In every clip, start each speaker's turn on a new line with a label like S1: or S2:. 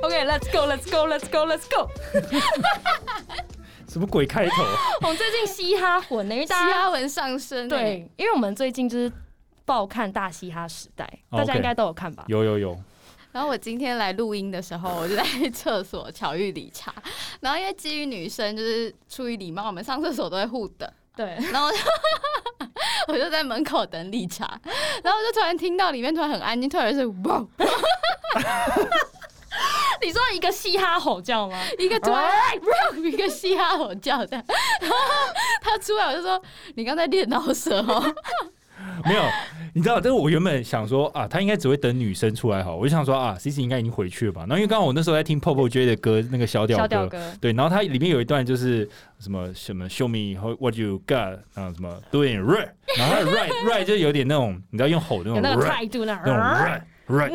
S1: OK，Let's go，Let's go，Let's go，Let's go。
S2: 什么鬼开头？
S1: 我们最近嘻哈混呢，因为
S3: 嘻
S1: 大家
S3: 哈文上升、欸，
S1: 对，因为我们最近就是爆看大嘻哈时代，
S2: 哦
S1: 大家
S2: OK
S1: 应该都有看吧？
S2: 有有有，
S3: 然后我今天来录音的时候，我就在厕所巧遇理查， 然后因为基于女生就是出于礼貌，我们上厕所都会互等，
S1: 对，
S3: 然后我就我就在门口等理查，然后我就突然听到里面突然很安静，突然是 哇，
S1: 你说一个嘻哈吼叫吗？
S3: 一个突然
S1: 啊
S3: 一个嘻哈吼叫的，然后 他出来我就说你刚才练到舌哦，
S2: 没有？你知道，但是我原本想说啊，他应该只会等女生出来好，我就想说啊，C C 应该已经回去了吧？然后因为刚好我那时候在听 Popo J 的歌，那个小
S1: 小
S2: 屌
S1: 屌
S2: 歌，
S1: 哥，
S2: 对，然后它里面有一段就是什么什么 Show me how- what you got，然后什么 doing right，然后它的 right right 就有点那种你知道用吼的
S1: 有
S2: 那
S1: 那
S2: 种
S1: 个
S2: right
S1: 态度啊那
S2: 那种 right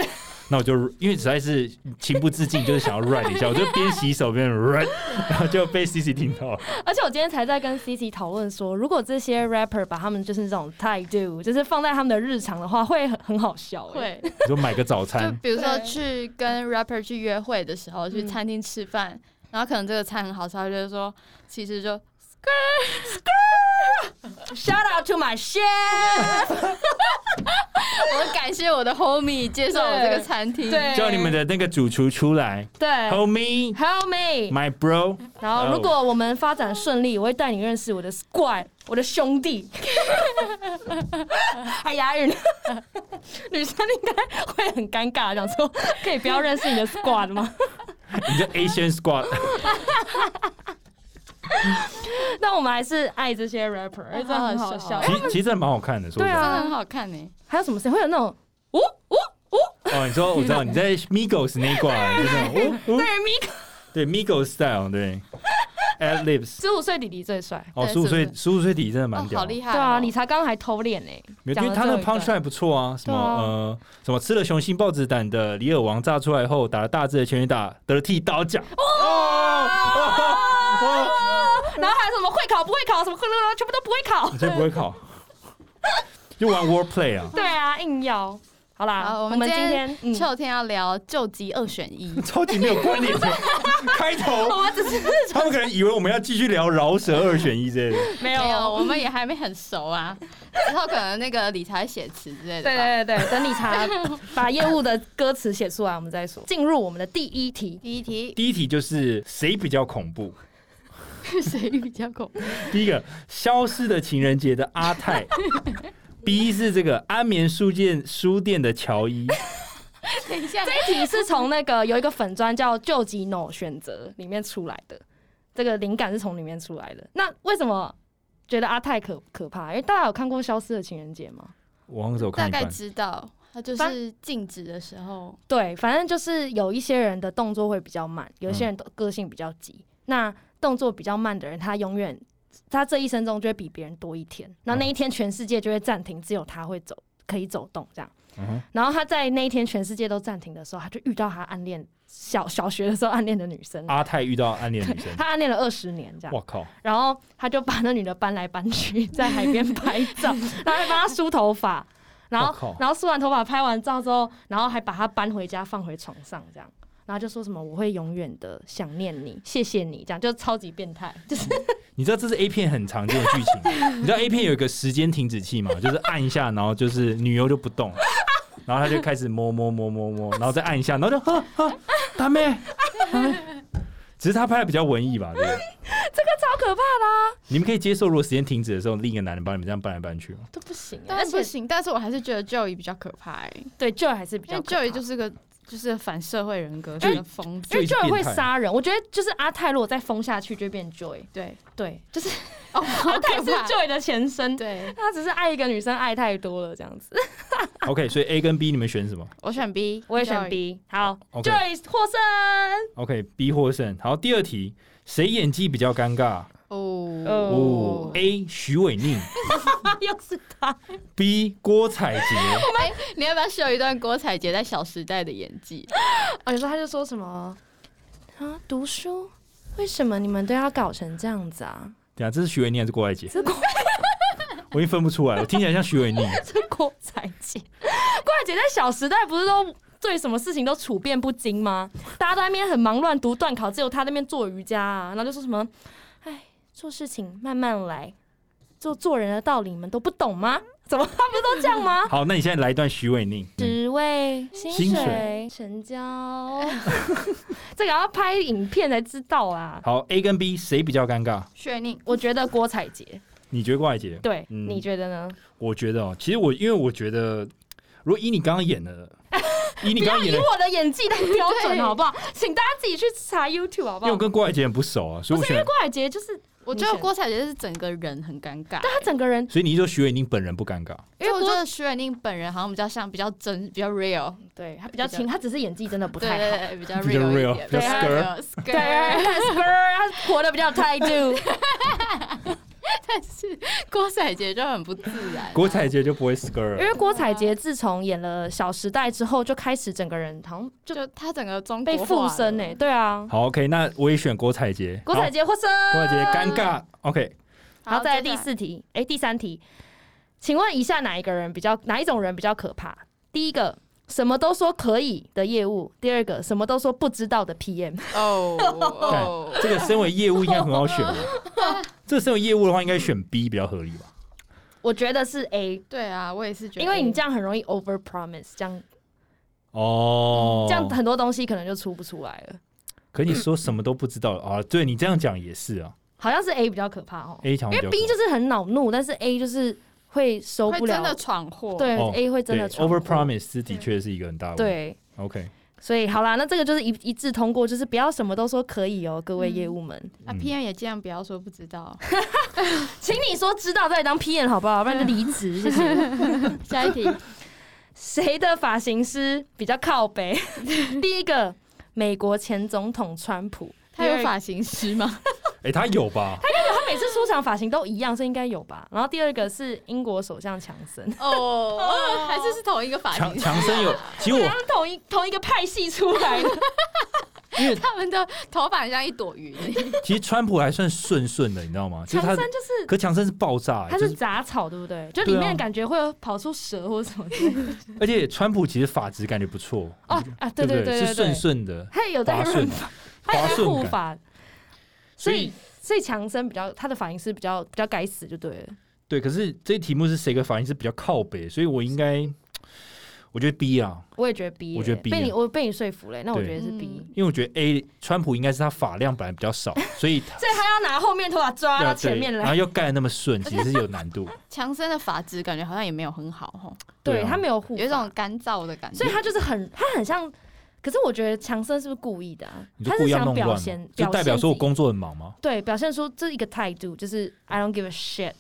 S2: right，那我就因为实在是情不自禁，就是想要 right 一下，我就边洗手边 right，然后就被 C C 听到了，
S1: 而且我今天才在跟 C C 讨论说，如果这些 rapper 把他们就是这种态度，就是放在他们的日常的话，会很很好笑、欸。，
S3: 会。
S2: 你说买个早
S3: 就
S2: 餐，
S3: 比如说
S1: 对
S3: 去跟 rapper 去约会的时候，去
S1: 嗯
S3: 餐厅吃饭，然后可能这个餐很好吃，他就会说其实就
S1: Shout out to my chef，
S3: 我感谢我的 homie 介绍我这个餐厅，
S1: 对，
S2: 叫你们的那个主厨出来
S1: 对
S2: ，homie。
S1: ，Help me。
S2: My bro，
S1: 然后如果我们发展顺利，我会带你认识我的 squad，我的兄弟。 还押韵， 女生应该会很尴尬，想说可以不要认识你的 squad 吗？
S2: 你的 Asian Squad，
S1: 但我们还是爱这些 rapper，因为真的很哦好笑。
S2: 其实 其实真的蛮好看的，说
S1: 对
S2: 真的。
S3: 真的
S1: 啊
S3: 很好看呢、欸
S1: 还有什么谁会有那种呜呜呜？
S2: 哦，你说我知道你在 Migos 那一挂，就是那种哦哦
S1: 对，Miko，
S2: 对 Migos style，对 ad libs。
S1: 十五岁弟弟最帅。
S2: 哦，
S3: 对
S2: 十五
S3: 是
S2: 岁
S3: 不
S2: 十五岁底真的蛮
S3: 哦，
S2: 屌
S3: 好
S2: 的，
S3: 厉害、
S1: 对啊，理，查刚还偷练呢、
S2: 没有
S1: 讲
S2: 因
S1: 了
S2: 为他那个
S1: 最后一
S2: punch
S1: 段
S2: line 不错啊，什么
S1: 对啊
S2: 呃什么吃了雄心豹子胆的里尔王炸出来后，打了大只的拳击打得了剃 刀奖，
S1: 哦
S2: 哦，
S1: 然后还有什么会考不会考，什么全部都不会考
S2: 你。这不会考，就玩 wordplay 啊，
S1: 对啊，硬要。好啦，
S3: 好我
S1: 我
S3: 们
S1: 们今
S3: 今
S1: 天嗯，
S3: 秋天要聊救急二选一，
S2: 超级没有关联的开头，
S1: 我们只 是
S2: 他们可能以为我们要继续聊饶舌二选一之类的，
S1: 没
S3: 没有，我们也还没很熟啊，之后可能那个理财写词之类的吧，
S1: 对对对，对等理查把业务的歌词写出来，我们再说。进入我们的第一题，
S3: 第一题
S2: 第一题就是谁比较恐怖？
S3: 谁比较恐怖？
S2: 第一个，消失的情人节的阿 泰；B 是这个安眠书店书店的乔伊。
S3: 等一下，
S1: 这一题是从那个有一个粉砖叫“救急 no 选择”里面出来的，这个灵感是从里面出来的。那为什么觉得阿泰可可怕？因为大家有看过《消失的情人节》吗？
S2: 我往手看
S3: 大
S2: 一
S3: 概
S2: 看，
S3: 知道，他就
S1: 反
S3: 是静止的时候。
S1: 对，反正就是有一些人的动作会比较慢，有一些人的个性比较急。那动作比较慢的人，他永远他这一生中就会比别人多一天。那那一天全世界就会暂停，只有他会走，可以走动这样。
S2: 嗯哼
S1: 然后他在那一天全世界都暂停的时候，他就遇到他暗恋小小学的时候暗恋的女生，
S2: 阿泰遇到暗恋女 生，
S1: 他暗恋了二十年
S3: 啊
S1: 这样。
S2: 我靠，
S1: 然后他就把那女的搬来搬去，在海边拍 照，然后还帮她梳头发，然
S2: 我靠
S1: 后然后梳完头发拍完照之后，然后还把她搬回家放回床上这样。然后就说什么我会永远的想念你，谢谢你，这样就超级变 态，就是
S2: 你知道这是 A 片很常见的剧情。你知道 A 片有一个时间停止器吗？就是按一下，然后就是女优就不动了，然后他就开始摸摸摸摸摸，然后再按一下，然后就 呵呵，大妹，达妹只是他拍的比较文艺吧，对不对？
S1: 超可怕啦，
S2: 你们可以接受，如果时间停止的时候，另一个男人帮你们这样搬来搬去吗？
S1: 都不行欸、
S3: 当
S1: 而
S3: 然不
S1: 且
S3: 行，但是我还是觉得 Joey 比较可怕、欸，
S1: 对 Joy 还是比
S3: 因
S1: 较
S3: 为
S1: 可怕
S3: Joey 就是个就是反社会人格，
S2: 就是
S3: 是个疯子。
S1: 因为
S2: 就一直
S1: Joy 会
S2: 变态
S1: 杀人，我觉得就是阿泰如果再疯下去就会变 Joy，
S3: 对，
S1: 对，就是
S3: 哦，好
S1: 阿泰是 Joy 的前身，
S3: 对，
S1: 他只是爱一个女生爱太多了这样子。
S2: OK，所以 A 跟 B 你们选什么
S3: 我选 B，
S1: 我也选
S3: Joey。
S1: B，好
S2: OK
S1: ，Joy 获胜。
S2: ？OK，B 获胜。好，第二题，谁演技比较尴尬？
S3: 哦，
S2: 哦
S1: 哦
S2: ，A 徐伟宁
S1: 又是他，
S2: ，B 郭采洁。
S3: 哎、你要不要秀一段郭采洁在《小时代》的演技？
S1: 哦，有时候他就说什么啊，读书为什么你们都要搞成这样子啊？
S2: 等下，这是徐伟宁还是郭采洁？
S1: 这郭
S2: 我已经分不出来，我听起来像徐伟宁。
S1: 这郭采洁，郭采洁在《小时代》不是都对什么事情都处变不惊吗？大家都在那边很忙乱读段考，只有他那边做瑜伽啊，然后就说什么，哎，做事情慢慢来，做做人的道理你们都不懂吗？怎么他不是都这样吗？
S2: 好，那你现在来一段徐伟宁，嗯
S1: 职位、嗯薪
S2: 薪水
S1: 成交， 这个要拍影片才知道啊。
S2: 好，A 跟 B 谁比较尴尬？
S3: 确定
S1: 我觉得郭采洁，
S2: 你觉得怪姐？
S1: 对，
S2: 嗯
S1: 你觉得呢？
S2: 我觉得哦，其实我因为我觉得，如果以你刚刚演的，以你
S1: 不
S2: 刚
S1: 要
S2: 刚演
S1: 以
S2: 的，
S1: 我的演技当标准
S3: 对
S1: 好不好？请大家自己去查 YouTube 好不
S2: 因为
S1: 好
S2: 我？跟郭艾姐很不熟啊，所以我选，
S1: 郭采洁就是，
S3: 我觉得郭采洁是整个人很尴尬，
S1: 她整个人，
S2: 所以你就说徐伟宁本人不尴尬。
S3: 因为我觉得徐远宁本人好像比较像比较真、比较 real，
S1: 对她比较轻，她只是演技真的不
S3: 对
S1: 太好。
S3: 对对，比较
S2: 比较
S3: real 一
S2: real，
S3: 点，
S2: 比较
S3: 对
S2: skr
S1: 对，
S3: skr
S1: 她 是 girl，她活得比较有 态度。
S3: 但是郭采洁就很不自然啊，
S2: 郭采洁就不会 skr
S1: 因
S2: 了，
S1: 为郭采洁自从演了《小时代》之后，就开始整个人好像就
S3: 就她整个中
S1: 被
S3: 国
S1: 附
S3: 化
S1: 身
S3: 了
S1: 呢、对啊，
S2: 好，OK，那我也选郭采洁。
S1: 郭采洁获胜。
S2: 好，郭采洁尴尬，OK，
S1: 然后再来第
S3: 接
S1: 四题，哎、第三题，请问以下哪一个人比较哪一种人比较可怕？第一个，什么都说可以的业务；第二个，什么都说不知道的 PM。
S3: 下来哦哦，
S2: 这个身为业务应该很好选 的。这个身为业务的话，应该选 B 比较合理吧？
S1: 我觉得是 A，
S3: 对啊，我也是觉得，
S1: 因为你这样很容易 over promise，这样
S2: 哦，
S1: 这样很多东西可能就出不出来了。
S2: 可你说什么都不知道啊？对你这样讲也是啊
S1: 好像是 A 比较可怕哦，
S2: ，A 强
S1: 因为 B 就是很恼怒，但是 A 就是会受
S3: 会
S1: 不
S3: 真
S1: 了
S3: 的，闯祸，
S1: 对、
S2: 哦
S1: A 会真的
S2: over
S1: 闯祸
S2: promise 的确是一个很大的问题。
S1: 对。
S2: OK，
S1: 所以好啦，那这个就是一一致通过，就是不要什么都说可以哦，各位
S3: 嗯
S1: 业务们，
S3: 啊
S2: 嗯
S3: ，PM 也尽量不要说不知 道。
S1: 请你说知道再当 PM 好不好？不然就离职，谢谢。
S3: 嗯 下一题，
S1: 谁的发型师比较靠 北？第一个，美国前总统川普，
S3: 他有发型师吗？
S2: 哎，他有吧？
S1: 他每次出场发型都一样，所以应该有吧。然后第二个是英国首相强森，
S3: 哦，还是是同一个发
S2: 强
S3: 型师？
S2: 强森有，其实我
S3: 啊
S1: 他们同一同一个派系出来 的，
S3: 他们的头发很像一朵云，
S2: 其实川普还算顺顺的，你知道吗？就
S1: 强
S2: 是他
S1: 森，就是。
S2: 可强森是爆炸、欸，
S1: 他
S2: 就是是
S1: 杂草，对不对？就里
S2: 对啊
S1: 面感觉会跑出蛇或什么之类的。
S2: 而且川普其实发质感觉不错，
S1: 哦啊，对
S2: 不
S1: 对对
S2: 是
S1: 对
S2: 顺
S1: 对，
S2: 顺的，
S1: 他也有在
S2: 滑
S1: 润
S2: 顺，
S1: 他
S2: 滑
S1: 也在护
S2: 顺感。
S1: 发，所
S2: 所
S1: 以
S2: 以
S1: 所以强森比较他的发型师比较比较该死就对了。
S2: 对，可是这题目是谁个发型是比较靠北，所以我应该，我觉得 B 啊，
S1: 我也觉得 B，耶、
S2: 我觉得 B
S1: 被
S2: 耶
S1: 你我被你说服了耶、那我
S2: 对
S1: 觉得是 B。
S3: 嗯
S2: 因为我觉得 A 川普应该是他发量本来比较少，所以他
S1: 所以他要拿后面头 发抓到
S2: 要
S1: 前面
S2: 然
S1: 来，
S2: 后又盖得那么顺，其实是有难度。
S3: 强森的发质感觉好像也没有很好吼，
S1: 对
S2: 对啊
S1: 他没有护，
S3: 有一种，干燥的感觉。
S1: 所以他就是很他很像。可是我觉得强森是不是故意的、啊
S2: 你？就
S1: 他
S2: 故
S1: 是
S2: 意要
S1: 想
S2: 弄
S1: 表
S2: 乱
S1: 现
S2: 嘛，，就代表说我
S1: 公
S2: 工作很忙吗？
S1: 对表现出这一个态度，就是 I don't give a shit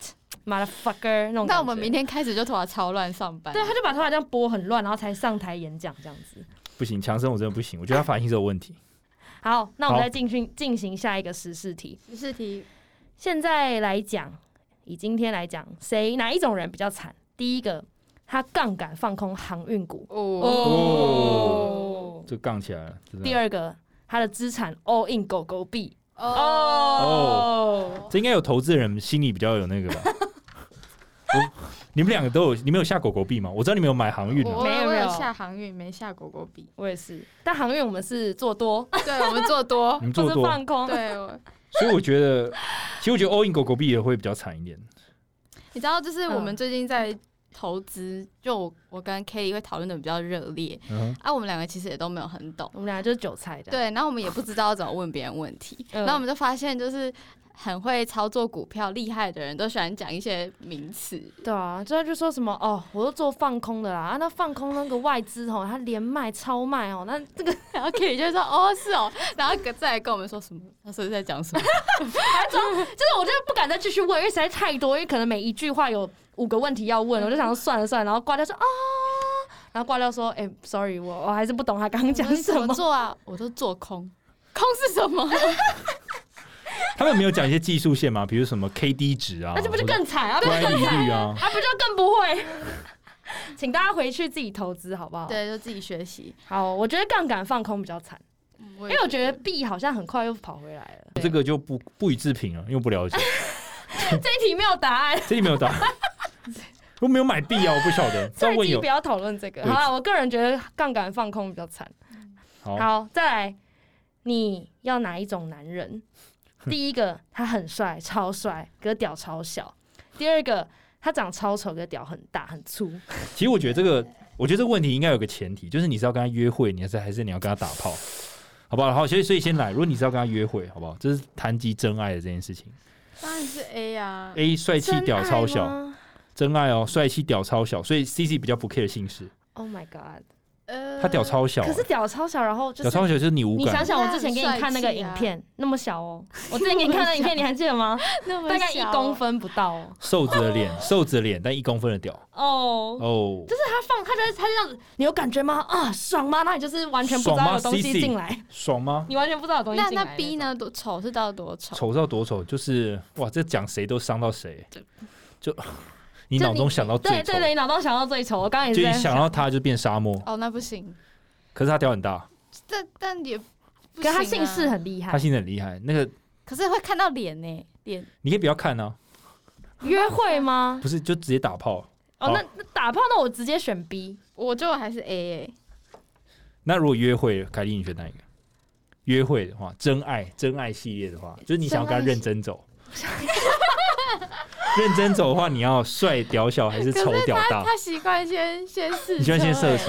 S1: motherfucker 那种感觉。
S3: 那我们明天开始就头发超乱上班。
S1: 对，他就把头发这样拨很乱，然后才上台演讲这样子。
S2: 不行，强森我真的不行，我觉得他发型是有问题。
S1: 好，那我们
S2: 好
S1: 再进行进行下一个时事题。
S3: 十四题，
S1: 现在来讲，以今天来讲，谁哪一种人比较惨？第一个，他杠杆放空航运股；
S2: 哦
S3: 哦
S2: 就杠起来了，真的
S1: 第二个，他的资产 all in 狗狗币。
S2: 哦哦，这应该有投资人心里比较有 那个吧。我你们两个都有，你们有下狗狗币吗？我知道你们有买航运
S3: 我
S2: 啊，
S3: 我
S1: 没有
S3: 我
S1: 没有。
S3: 有下航运，没下狗狗币
S1: 我也是，但航运我们是做多，
S3: 对，我们做多
S2: 你，们
S1: 不
S2: 做
S1: 是
S2: 多，
S1: 放空。
S3: 对，我
S2: 所以我觉得，其实我觉得 all in 狗狗币也会比较惨一点。
S3: 你知道，就是我们
S1: 嗯
S3: 最近在投资，就我我跟 Kelly 会讨论的比较热烈
S2: 嗯
S3: 啊，我们两个其实也都没有很懂。
S1: 我们俩就是韭菜的。，
S3: 对，然后我们也不知道怎么问别人问 题，
S1: 嗯
S3: 然后我们就发现就是很会操作股票厉害的人都喜欢讲一些名词，
S1: 对啊，就他就说什么哦，我都做放空的啦，啊，那放空那个外资哦，他连卖超卖哦，那这个
S3: 然后 K 就说哦是哦，然后再来跟我们说什么，他说在讲什么，
S1: 就是我真的不敢再继续问，因为实在太多，因为可能每一句话有五个问题要问，我就想说算了算了，然后挂掉说啊，然后挂掉说，哎、s o r r y 我我还是不懂他刚刚讲
S3: 我说
S1: 什
S3: 怎
S1: 嗯么
S3: 么。做啊？我都做空，空是什么？
S2: 他们没有讲一些技术线吗？比如什么 KD 值啊，
S1: 那这不就更惨啊？
S2: 或
S1: 不
S2: 者
S1: 就
S2: 乖离率啊？
S1: 啊，不就更不会？ 请大家回去自己投资好不好？，
S3: 对，就自己学习。哎
S1: 好，我觉得杠杆放空比较惨，
S3: 因
S1: 因为我觉得 B 好像很快又跑回来了。
S2: 这个就不不予置评了，因为我不了解，
S1: 这一题没有答案，
S2: 这里没有答案。我没有买币啊，我不晓得。
S1: 这
S2: 再问
S1: 一集
S2: 有
S1: 不要讨论这个。
S2: 对
S1: 好了，我个人觉得杠杆放空比较惨。
S2: 好
S1: 好，再来，你要哪一种男人？第一个，他很帅，超帅，可是屌超小；第二个，他长超丑，可是屌很大很粗。
S2: 其实我觉得这个，我觉得这个问题应该有个前提，就是你是要跟他约会，你还是还是你要跟他打炮，好不好？好，所以所以先来，如果你是要跟他约会，好不好？这是谈及真爱的这件事情。
S3: 当然是 A 啊，
S2: A 帅气
S1: 真
S2: 屌
S1: 爱
S2: 超小，
S1: 吗
S2: 真爱哦，帅气屌超小，所以 C C 比较不 care 姓氏，
S1: ，Oh my god！
S3: 呃，
S2: 他屌超小、啊
S1: 可是屌超小，然后就
S2: 屌
S1: 是
S2: 超小就是你无
S1: 你
S2: 感
S1: 想，想，我之前给
S3: 那很
S1: 你看那个
S3: 帅气
S1: 影
S3: 啊
S1: 片，那么小哦，我之前给你看的影片，你还记得吗？
S3: 那么
S1: 大概一
S3: 小
S1: 公，分不到哦。
S2: 瘦子的脸， 瘦子的脸，但一公分的屌
S1: 哦，
S2: 哦，
S1: 他放，他就会他就这样子，你有感觉吗？啊，爽吗？那你就是完全不知
S2: 爽
S1: 道
S2: 吗
S1: 有东西
S2: CC
S1: 进来，
S2: 爽吗？
S1: 你完全不知道有东西
S3: 那
S1: 进来。
S3: 啊那 B？呢？多丑是到多丑？
S2: 丑到多丑，就是哇，这讲谁都伤到谁，就你
S1: 就
S2: 脑中想到最
S1: 对
S2: 丑，
S1: 对对，你脑中想到最丑，我刚刚也
S2: 就是一
S1: 在
S2: 想到他就变沙漠，
S3: 哦，那不行，
S2: 可是他屌很大。
S3: 但但也不
S1: 可
S3: 行、
S1: 是
S3: 啊。
S1: 他姓氏，很厉
S2: 他
S1: 害，
S2: 现在很厉害。那个
S3: 可是会看到脸呢、脸
S2: 你可以不要看啊，
S1: 约会吗？
S2: 不是就直接打炮。
S1: 哦
S2: 好，
S1: 那那打炮，那我直接选 B。
S3: 我就还是 A 欸
S2: 那如果约会，凯莉你选哪一个？约会的话，真爱真爱系列的话，就是你想要跟他认真走。 认真走的话，你要帅屌小还是丑屌大？
S3: 他习惯先先试车欸，
S2: 你喜欢先射出，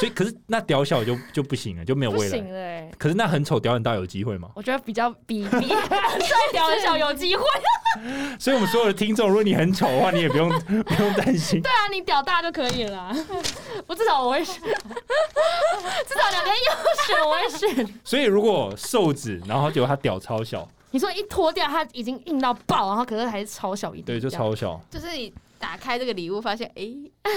S2: 所以可是那屌小就就不行了，就没有
S1: 不
S2: 未
S1: 行了
S2: 来。
S1: 哎、
S2: 可是那很丑屌很大有机会吗？
S1: 我觉得比较 比比帅屌的小有机会。
S2: 所以我们所有的听众，如果你很丑的话，你也不用 不用担心。
S1: 对啊，你屌大就可以了 啊。我至少我会选，至少两个要选我会选。
S2: 所以如果瘦子，然后结果他屌超小，
S1: 你说一脱掉，它已经硬到爆，然后可是还是超小一点，
S2: 对，就
S1: 这样
S2: 超小，
S3: 就是你打开这个礼物，发现哎、诶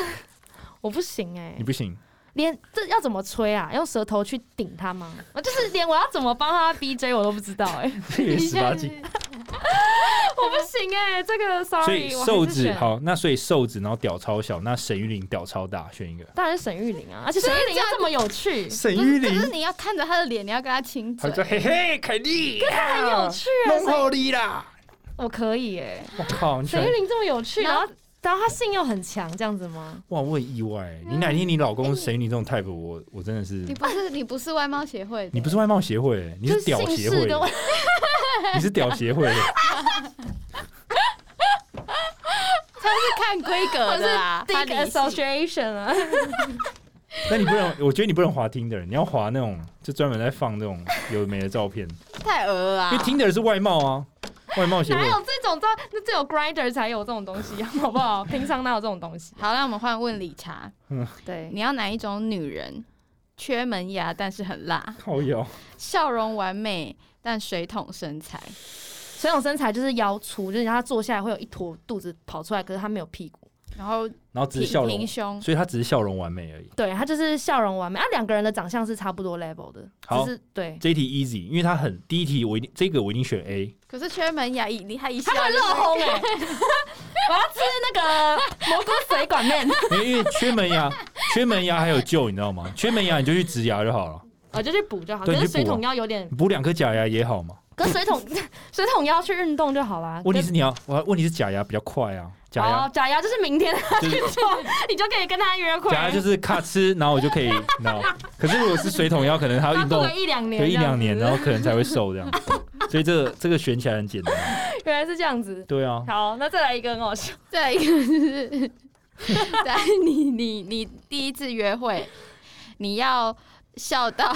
S1: 我不行哎、
S2: 你不行。
S1: 连这要怎么吹啊？用舌头去顶它吗？我就是连我要怎么帮他 BJ 我都不知道哎、
S2: 这个也
S3: 一
S2: 十
S3: 下
S2: 八
S3: 子
S2: 禁。
S1: 我不行哎、这个 sorry，
S2: 所以
S1: 我还是
S2: 瘦子
S1: 选，
S2: 好，那所以瘦子，然后屌超小，那沈玉琳屌超大，选一个。
S1: 当然是沈玉玲啊，而且沈玉玲又这么有趣，
S2: 沈
S3: 不是，可是，你要看着他的脸，你要跟他亲
S2: 他说
S3: 嘴，
S2: 嘿嘿，凯莉，
S1: 很有趣啊，
S2: 弄
S1: 沈
S2: 好你啦！
S1: 我可以哎、
S2: 我靠，你喜
S1: 沈
S2: 欢
S1: 玉玲这么有趣，
S3: 然
S1: 然
S3: 后
S1: 后然后她性又很强，这样子吗？
S2: 哇，我很意外。
S1: 嗯
S2: 你哪天你老
S1: 哎
S2: 公是沈玉琳这种 type，我我真的是
S3: 你，不是你不是外貌协会的，
S2: 你不是外貌协会，你是屌协会的，你是屌协会的。
S3: 他是看规格的啦，
S1: 第
S3: 他
S1: 一
S3: 理
S1: 个
S3: 性
S1: association 啊，
S2: 那你不能，我觉得你不能滑 Tinder，你要滑那种就专门在放那种有的没的照片，
S3: 太鹅了
S2: 因为
S3: 啊，
S2: Tinder 是外貌啊，外貌协会
S1: 哪。有这种照？那只有 grinder 才有这种东西，啊 好不好？平常哪有这种东西？
S3: 好，那我们换问理查，
S1: 对，
S3: 你要哪一种女人？缺门牙但是很辣，
S2: 靠腰，
S3: 笑容完美但水桶身材。
S1: 水桶身材就是腰粗，就是他坐下来会有一坨肚子跑出来，可是他没有屁股。
S3: 然后
S2: 然后只
S3: 挺
S2: 是笑容
S3: 平，胸，
S2: 所以他只是笑容完美而已。
S1: 对他就是笑容完美，啊，两个人的长相是差不多 level 的，
S2: 好
S1: 只是对。
S2: 这一题 easy，因为他很第一题我一定这个我一定选 A，
S3: 可是缺门牙一你还一笑
S1: 他会
S3: 就是
S1: 漏轰 哎！我要吃那 个蘑菇水管面，
S2: 因为因为缺门牙，缺门牙还有救，你知道吗？缺门牙你就去植牙就好了，
S1: 我就去补就好。
S2: 对
S1: 可
S2: 你
S1: 是
S2: 去
S1: 水
S2: 补啊
S1: 桶要有点，
S2: 补两颗假牙也好嘛。
S1: 可是水桶 水桶要去运动就好啦。
S2: 问题是你要，我问题是假牙比较快啊，假牙
S1: 哦，假牙就是明天他
S2: 就是
S1: 去做，你就可以跟他约会。
S2: 假牙就是咔哧，然后我就可以，然后可是如果是水桶腰，可能还要
S1: 他
S2: 运
S1: 过
S2: 动
S1: 个一两年，
S2: 对一两年，
S1: 这样
S2: 然后可能才会瘦这样。 所以这个这个选起来很简单，
S1: 子。原来是这样子。
S2: 对啊，
S1: 好，那再来一个很好笑，
S3: 再一个就是，在你你你第一次约会，你要笑到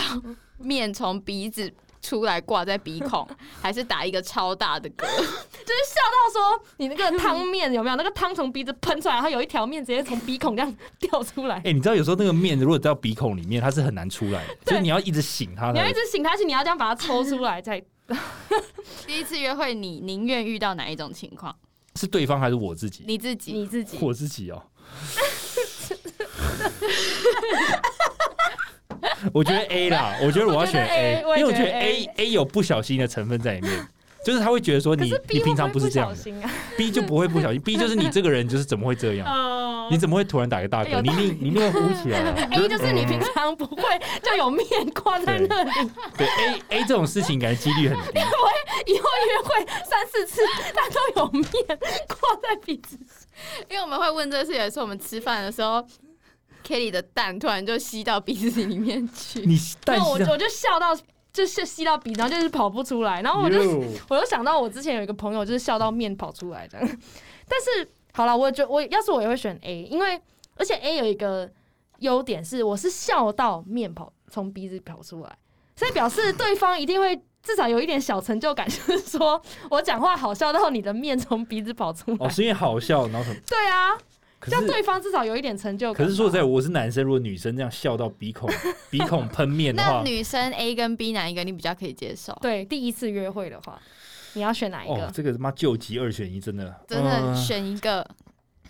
S3: 面从鼻子出来挂在鼻孔，还是打一个超大的
S1: 就
S3: 嗝？
S1: 是笑到说你那个汤面有没有？那个汤从鼻子喷出来，然后有一条面直接从鼻孔这样 掉出来。
S2: 哎，你知道有时候那个面如果到鼻孔里面，它是很难出来的，所以你要一直醒它
S1: 你要
S2: 才
S1: 一。直醒他是你要这样把它抽出来才。
S3: 第一次约会，你宁愿遇到哪一种情况？
S2: 是对方还是我自己？
S3: 你自己，
S1: 你自己，
S2: 我自 己哦。我觉得 A 啦，我觉得我要选 A，
S1: 我
S2: 因为
S1: 觉得 A，
S2: 我觉得
S1: 我也
S2: A
S1: 觉
S2: A 有不小心的成分在里面，就是他会觉得说
S1: 可
S2: 你
S1: 是
S2: 你
S1: B
S2: 平常
S1: 会不
S2: 是
S1: 会
S2: 这样
S1: 小
S2: 的
S1: 心啊。哦
S2: ，B 就不会不小心，B 就是你这个人就是怎么会这样？嗯你怎么会突然打个大
S3: 有
S2: 嗝？
S3: 道
S2: 你一定你一定会呼起来啊。
S1: A 哎就是你平常不会就有面挂在那里，
S2: 对 A A 这种事情感觉几率很低，
S1: 以后约会三四次，它都有面挂在鼻子上。
S3: 因为我们会问这事，也是我们吃饭的时候，Kelly 的蛋突然就吸到鼻子里面去。
S2: 你但
S1: 那我
S2: 是
S1: 就我就笑到就是吸到鼻子，然后就是跑不出来，然后我就
S2: 哟
S1: 我又想到我之前有一个朋友，就是笑到面跑出来的。 但是好了，我觉我要是我也会选 A，因为而且 A 有一个优点是，我是笑到面跑从鼻子跑出来，所以表示对方一定会至少有一点小成就感，就是说我讲话好笑到你的面从鼻子跑出来。
S2: 哦是因为好笑，然后什么？
S1: 对啊，
S2: 可
S1: 这样
S2: 是
S1: 对方至少有一点成就感吧。
S2: 可是说实在，我是男生，如果女生这样笑到鼻 孔鼻孔喷面 的
S3: 那
S2: 话，
S3: 女生 A 跟 B 哪一个你比较可以接受？
S1: 对第一次约会的话，你要选哪一个？
S2: 哦，这个他妈救急二选一，真的
S3: 真的
S2: 嗯
S3: 选一个，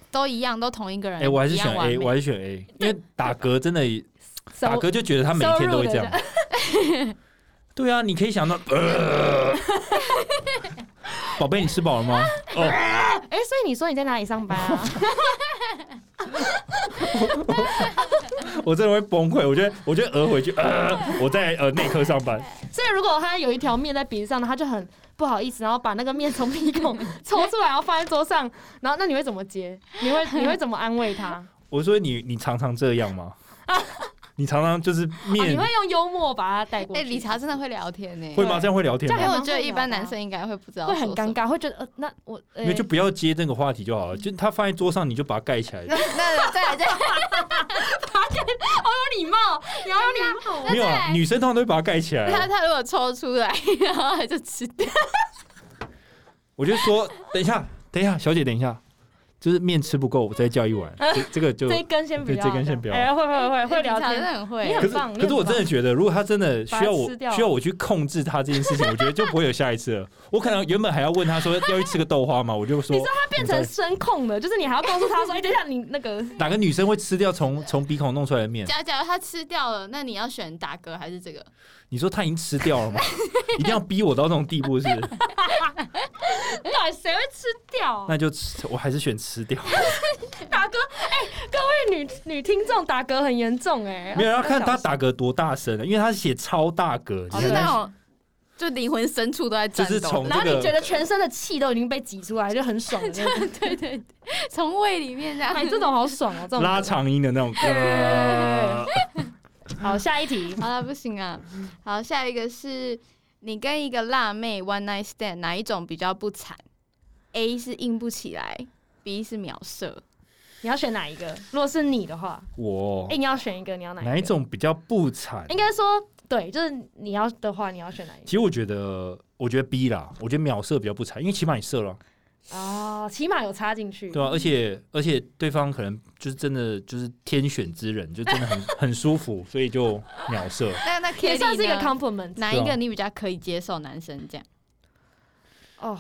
S3: 都一样，都同一个人。
S2: 哎，我还是
S3: 一
S2: 选
S3: 样完
S2: A，
S3: 美
S2: 我还是选 A，因为打嗝真的
S1: 收
S2: 打嗝就觉得他每天都会这样。 对啊，你可以想到，呃 宝贝，你吃饱了吗？哦，
S1: 哎、所以你说你在哪里上班啊？
S2: 我真的会崩溃，我觉得，我觉得呃回去，呃，我在呃内科上班，
S1: 所以如果他有一条面在鼻子上，他就很不好意思，然后把那个面从鼻孔抽出来，然后放在桌上，然后那你会怎么接？你会你会怎么安慰他？啊、
S2: 我说你，你常常这样 吗？你常常就是面
S1: 你会用幽默把他带过
S3: 哎、
S1: 去？
S3: 理查真的会聊天呢、
S2: 会吗？这样会聊天
S1: 这
S3: 因
S1: 样
S3: 为
S2: 吗？
S3: 我觉得一般男生应该会啊不知道，
S1: 会很尴。尬，会觉得呃，那我呃
S2: 因为就不要接这个话题就好了，就他放在桌上，你就把它盖起来
S3: 那。那再来 再来，
S1: 有礼貌，你要有礼貌。
S2: 没有啊，女生通常都会把它盖起来
S3: 他
S2: 啊。
S3: 他如果抽出来， 然后他就吃掉。
S2: 我就说，等一下，等一下，小姐，等一下，就是面吃不够，我再叫 一碗。这这个就
S1: 这一根先不
S2: 对
S1: 要，
S2: 这根先不要
S1: 哎、会会会会聊
S3: 理查
S1: 天，
S3: 真的很会
S1: 你
S3: 欸，
S2: 可
S1: 很
S2: 是
S1: 棒
S2: 可是我真的觉得，如果他真的需要
S1: 把它
S2: 我
S1: 吃掉
S2: 需要我去控制他这件事情，我觉得就不会有下 一次了。我可能原本还要问他说要去吃个豆花吗？我就说
S1: 你说
S2: 他
S1: 变成声控的，就是你还要告诉他说，哎、等一下你那个
S2: 哪个女生会吃掉从从鼻孔弄出来 的面？
S3: 假假如他吃掉了，那你要选打嗝还是这个？
S2: 你说他已经吃掉了吗？ 一定要逼我到这种地步是不是？
S1: 到底谁会吃掉、啊？
S2: 那就吃，我还是选吃 掉。
S1: 打嗝，哎、各位女女听众打嗝很严重哎、
S2: 没有要看他打嗝多大声了，因为他是写超大嗝，
S3: 就
S1: 哦
S2: 你
S3: 是
S1: 啊
S2: 看
S3: 哦那
S2: 他
S3: 种，就灵魂深处都在
S2: 就
S3: 战
S2: 是
S3: 斗
S2: 从，
S1: 然后
S2: 这
S1: 你
S2: 个
S1: 觉得全身的气都已经被挤出来，就很爽的那种。
S3: 对对对， 从胃里面这 样。
S1: 哎，这种好爽哦！这种
S2: 拉长音的 那种。呃
S1: 好，下一题。
S3: 好了，不行啊。好，下一个是你跟一个辣妹 one night stand 哪一种比较不惨？A 是硬不起来，B 是秒射。
S1: 你要选哪一个？如果是你的话，
S2: 我
S1: 硬要选一个，你哎要哪
S2: 哪一
S1: 一个？
S2: 种比较不惨？
S1: 应该说，对，就是你要的话，你要选哪一
S2: 其实我觉得，我觉得 B 啦，我觉得秒射比较不惨，因为起码你射了啊，
S1: 个？哦，起码有插进去。
S2: 对啊，而且而且对方可能就是真的就是天选之人，就真的很很舒服，所以就秒射。
S3: 那那 k
S1: 也
S3: e
S1: 算是一个
S3: l
S1: compliment
S3: 哪
S2: 啊
S3: 一个你比较可以接受？男生这样，
S1: 哦。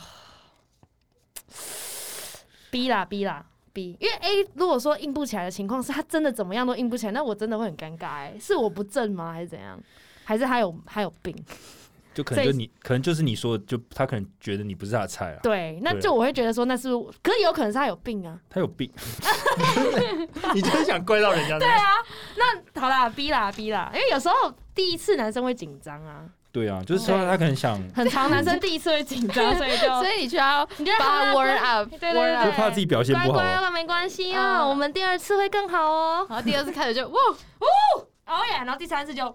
S1: B 啦 B 啦 B，因为 A 如果说硬不起来的情况是他真的怎么样都硬不起来，那我真的会很尴尬哎、是我不正吗？还是怎样？还是他有他有病？
S2: 就可能就
S1: 所以
S2: 你可能就是你说的，就他可能觉得你不是他的菜啊，
S1: 对，那
S2: 对
S1: 就我会觉得说那是不是，可是有可能是他有病啊。
S2: 他 有病，你就是想怪到人家对啊，
S1: 好啦，B 啦，B 啦，因为有时候第一次男生会紧张啊，
S2: 对啊，就是说他可能想
S1: 很常 男生第一次会紧 张，所以就
S3: 所以你就要
S1: 哦你就让
S3: 把
S1: 他
S3: warm up。
S1: 对对
S3: warm
S1: 对，
S2: 就
S3: up
S2: 怕自己表现
S1: 乖
S2: 不好
S1: 乖
S2: 啊，
S1: 了，没关系
S3: 啊
S1: 啊，我们第二次会更好哦。
S3: 然后第二次开始就哇，
S1: 哦耶，然后第三次就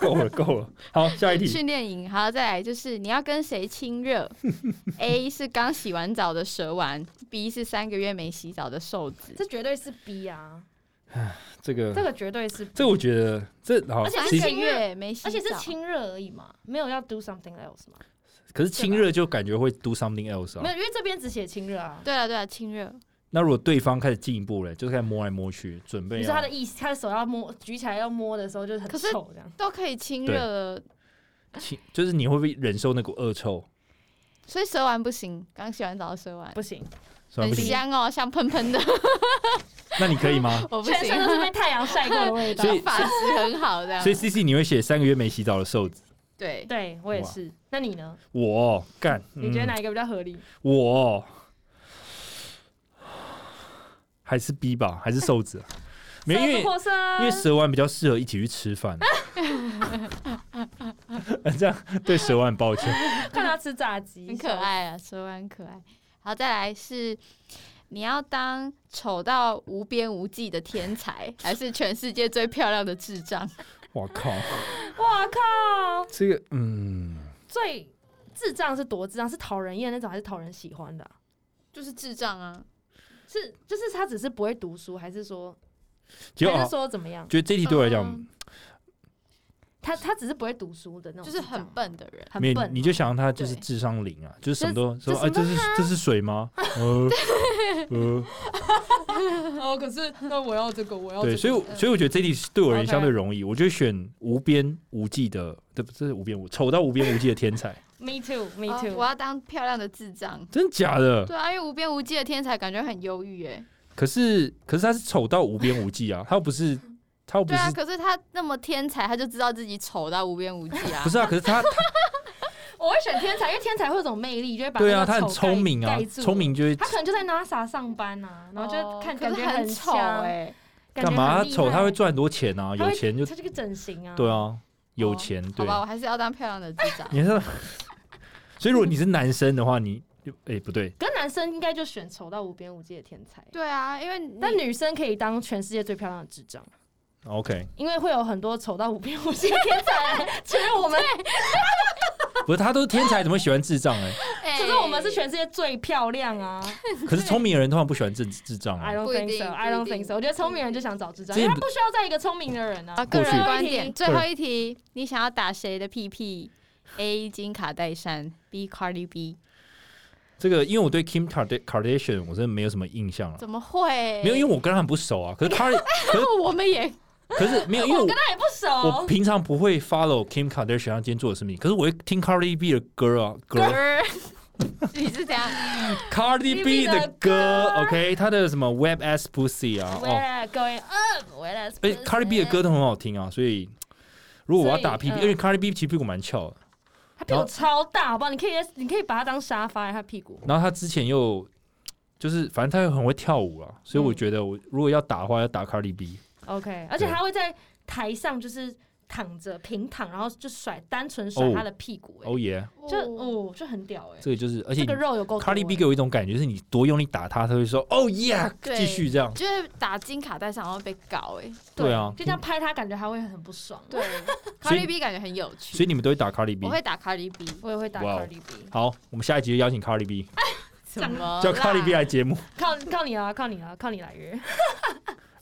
S2: 够了够了。好，下一题，
S3: 训练营，好，再来就是你要跟谁 亲热？A 是刚洗完澡的蛇丸，B 是三个月没洗澡的瘦子。
S1: 这绝对是 B 啊，
S2: 这个
S1: 这个绝对是 B，
S2: 这个我觉得这好，
S1: 而且是
S3: 三
S2: 其实
S3: 个
S1: 亲热
S3: 月没洗澡，
S1: 而且是亲热而已嘛，没有要 do something else 嘛，
S2: 可是亲热就感觉会 do something else
S1: 没
S2: 啊。
S1: 有，因为这边只写亲热啊。
S3: 对啊，对啊，亲热。
S2: 那如果对方开始进一步了，就是开始摸来摸去，准备
S1: 你
S2: 要
S1: 说他的意思，他的手要摸，举起来要摸的时候就是很
S3: 可是
S1: 臭这样。
S3: 都可以亲热了，
S2: 亲，就是你会不会忍受那股恶臭？
S3: 所以蛇丸不行。刚洗完澡的蛇丸
S1: 不行，
S2: 是吧
S3: 很
S2: 不行，
S3: 香哦，香 喷喷的，
S2: 那你可以吗？
S3: 我不
S1: 全
S3: 行
S1: 身。都是被太阳晒过的味道
S2: 所。 以
S3: 发质很好这样
S2: 所以。C C 你会写三个月没洗澡的瘦子，
S3: 对，
S1: 对我也
S2: 哇
S1: 是，那你呢？
S2: 我干，
S1: 你觉得
S2: 嗯
S1: 哪一个比较合理？
S2: 我还是 B 吧，还是 瘦子啊？没有，因为
S1: 破身，
S2: 因为蛇丸比较适合一起去 吃饭。这样对蛇丸很抱歉。
S1: 看他吃炸鸡，
S3: 很可。爱啊，蛇丸很可爱。好，再来是你要当丑到无边无际的天才，还是全世界最漂亮的智障？
S2: 我靠，
S1: 哇靠！
S2: 这个嗯，
S1: 最智障是多智障？是讨人厌那种，还是讨人喜欢的啊、
S3: 就是智障啊！
S1: 是就是他只是不会读书，还是说
S2: 结果
S1: 还
S2: 啊
S1: 是说怎么样？
S2: 觉得这题对我来讲
S3: 嗯
S1: 他他只是不会读书的那种，
S3: 就是很，笨的人，
S1: 很
S2: 没有，
S1: 笨。
S2: 你就想他就是
S3: 对
S2: 智商零啊，就是什么都
S1: 这
S2: 说，哎，
S1: 这
S2: 这
S1: 什
S2: 是这是 水吗？呃呃，
S3: 哦，可是那我要这个，
S1: 哦
S3: 我要
S2: 对，所以我
S1: 嗯
S2: 所以我觉得这题是对我而言
S3: OK
S2: 相对容易，我就选无边无际的，对不？这是无边无丑到无边无际的天 才，
S1: me too，me
S3: 哦
S1: too。
S3: 我要当漂亮的智障。
S2: 真假的？
S3: 对啊，因为无边无际的天才感觉很忧郁哎。
S2: 可是可是他是丑到无边无际啊，他又 不是他又不
S3: 对
S2: 是
S3: 啊，可是他那么天才，他就知道自己丑到无边无际啊。
S2: 不是啊？可是他他
S1: 我会选天才，因为天才会有种魅力，就会把
S2: 对
S1: 那
S2: 啊，
S1: 个
S2: 他很
S1: 丑盖
S2: 聪明啊
S1: 盖，住
S2: 聪明就会
S1: 他可能就在 NASA 上班呐、啊，然后就看、
S3: 哦
S1: 感觉
S3: 可是很丑
S1: 香，
S3: 哎。
S1: 感觉
S2: 干嘛？
S1: 很
S2: 他
S1: 厉
S2: 丑他会
S1: 害
S2: 赚很多钱啊，
S1: 他
S2: 有
S1: 会
S2: 钱就
S1: 他这个整形啊，
S2: 对，啊，有钱
S3: 好
S2: 对。
S3: 吧，我还是要当漂亮的智障。
S2: 你是，所以如果你是男生的话，你哎、不对，
S1: 可是男生应该就选丑到无边无际的天才，
S3: 对啊，因为你
S1: 但女生可以当全世界最漂亮的智障，
S2: OK，
S1: 因为会有很多丑到无边无际的天 才。其实我们，
S2: 不是他都是天才，怎么会喜欢智 障哎、
S3: 哎
S1: 可是我们是全世界最漂亮啊
S2: 可是聪明的人通常不喜欢智智障
S1: ！I
S2: 啊。
S1: don't
S3: 不一定
S1: think so. I don't
S3: 不一
S1: think
S3: 定
S1: so. 我觉得聪明人就想找智障，
S2: 这
S1: 因
S2: 也
S1: 为他
S2: 不
S1: 不需要在一个聪明的人啊
S3: 啊，。
S2: 过
S3: 个
S2: 去
S3: 人观点。
S1: 最
S3: 最后一题，你想要打谁的屁屁？A. 金卡戴珊，B. Cardi B。
S2: 这个因为我对 Kim Karda- Kardashian 我真的没有什么印象了、
S3: 怎么会？
S2: 没有，因为我跟他很不熟啊。可是 Kar，
S3: 我们也
S2: 可是没有，因为我
S1: 他也不
S2: 我
S1: 熟，
S2: 平常不会 follow Kim Kardashian 她今天做的事情，可是我会听 Cardi B 的歌啊，歌
S3: 你是这 样？
S2: Cardi B 的歌，OK，他的什么 Web S Pussy 啊，
S1: 回
S2: 哦，
S1: 来各位，嗯，回来。
S2: 而且 Cardi B 的歌都很好听啊，所以如果我要打屁
S1: 所
S2: 屁，
S1: 以
S2: 因为 Cardi B 其实屁股蛮翘的，
S1: 他屁股超大，好不好？你可以，你可以把它当沙发，他屁股。
S2: 然后他之前又就是反正他又很会跳舞啊，所以我觉得我如果要打的话，要打 Cardi B。
S1: OK，而且
S2: 对
S1: 他会在台上就是躺着平躺，然后就甩，单纯
S2: 哦
S1: 甩他的屁股、欸，
S2: 哦耶，
S1: 就哦，就很屌哎、
S2: 这个就是，而且
S1: 这个肉有够多欸。
S2: Cardi B 给我一种感觉，就是你多用力打他，他会说哦耶，
S3: 对
S2: 继续这样。
S3: 就是打金卡戴珊好像被搞哎。
S2: 对啊
S1: 就这样拍他，感觉他会很不爽。
S3: 对
S2: 所以
S3: ，Cardi B 感觉很有
S2: 所
S3: 趣
S2: 以。你们都会打 Cardi B
S3: 我。会打 Cardi B，
S1: 我也会打
S2: 哇哦
S1: Cardi B，
S2: 好，我们下一集就邀请 Cardi B，
S3: 怎么
S2: 叫
S3: 啦
S2: Cardi B 啊来节目。
S1: 靠靠你啊，靠你啊，靠你来约。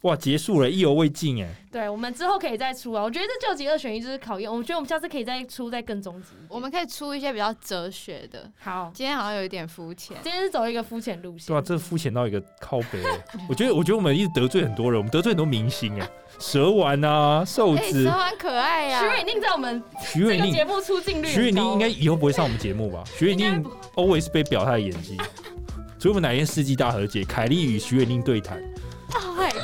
S2: 哇，结束了，意犹未尽哎。
S1: 对，我们之后可以再出啊。我觉得这究极二选一就是考验，我觉得我们下次可以再出再更终极一点。
S3: 我们可以出一些比较哲学的。
S1: 好，
S3: 今天好像有一点肤浅，
S1: 今天是走一个肤浅路线。
S2: 对啊，这肤浅到一个靠北欸。我觉得，我觉得我们一直得罪很多人，我们得罪很多明星哎，蛇丸啊，瘦
S3: 哎，蛇
S2: 子，
S3: 丸可爱呀
S1: 徐。伟宁在我们
S2: 徐
S1: 这
S2: 伟
S1: 个
S2: 宁
S1: 节，目出镜率很高，哦
S2: 徐伟宁应该以后不会上我们节目吧？徐伟
S1: 应该
S2: 宁
S1: 不
S2: always 被表他的演技，所以我们哪天世纪大和解，凯莉与徐伟宁对谈，
S3: Oh my god！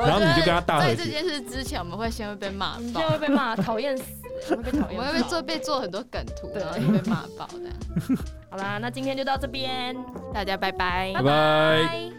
S3: 我
S2: 然后你就
S3: 觉得
S2: 跟他大和
S3: 在这
S2: 解。
S3: 件事之前，我们会先会被骂
S1: 我们就
S3: 爆
S1: 会，被骂，讨厌死 欸，我们会被讨
S3: 我
S1: 厌。
S3: 们会被做。被做很多梗图，
S1: 对
S3: 然后就被骂爆的。
S1: 好啦，那今天就到这边，
S3: 大家拜拜
S2: 拜。拜。
S1: 拜。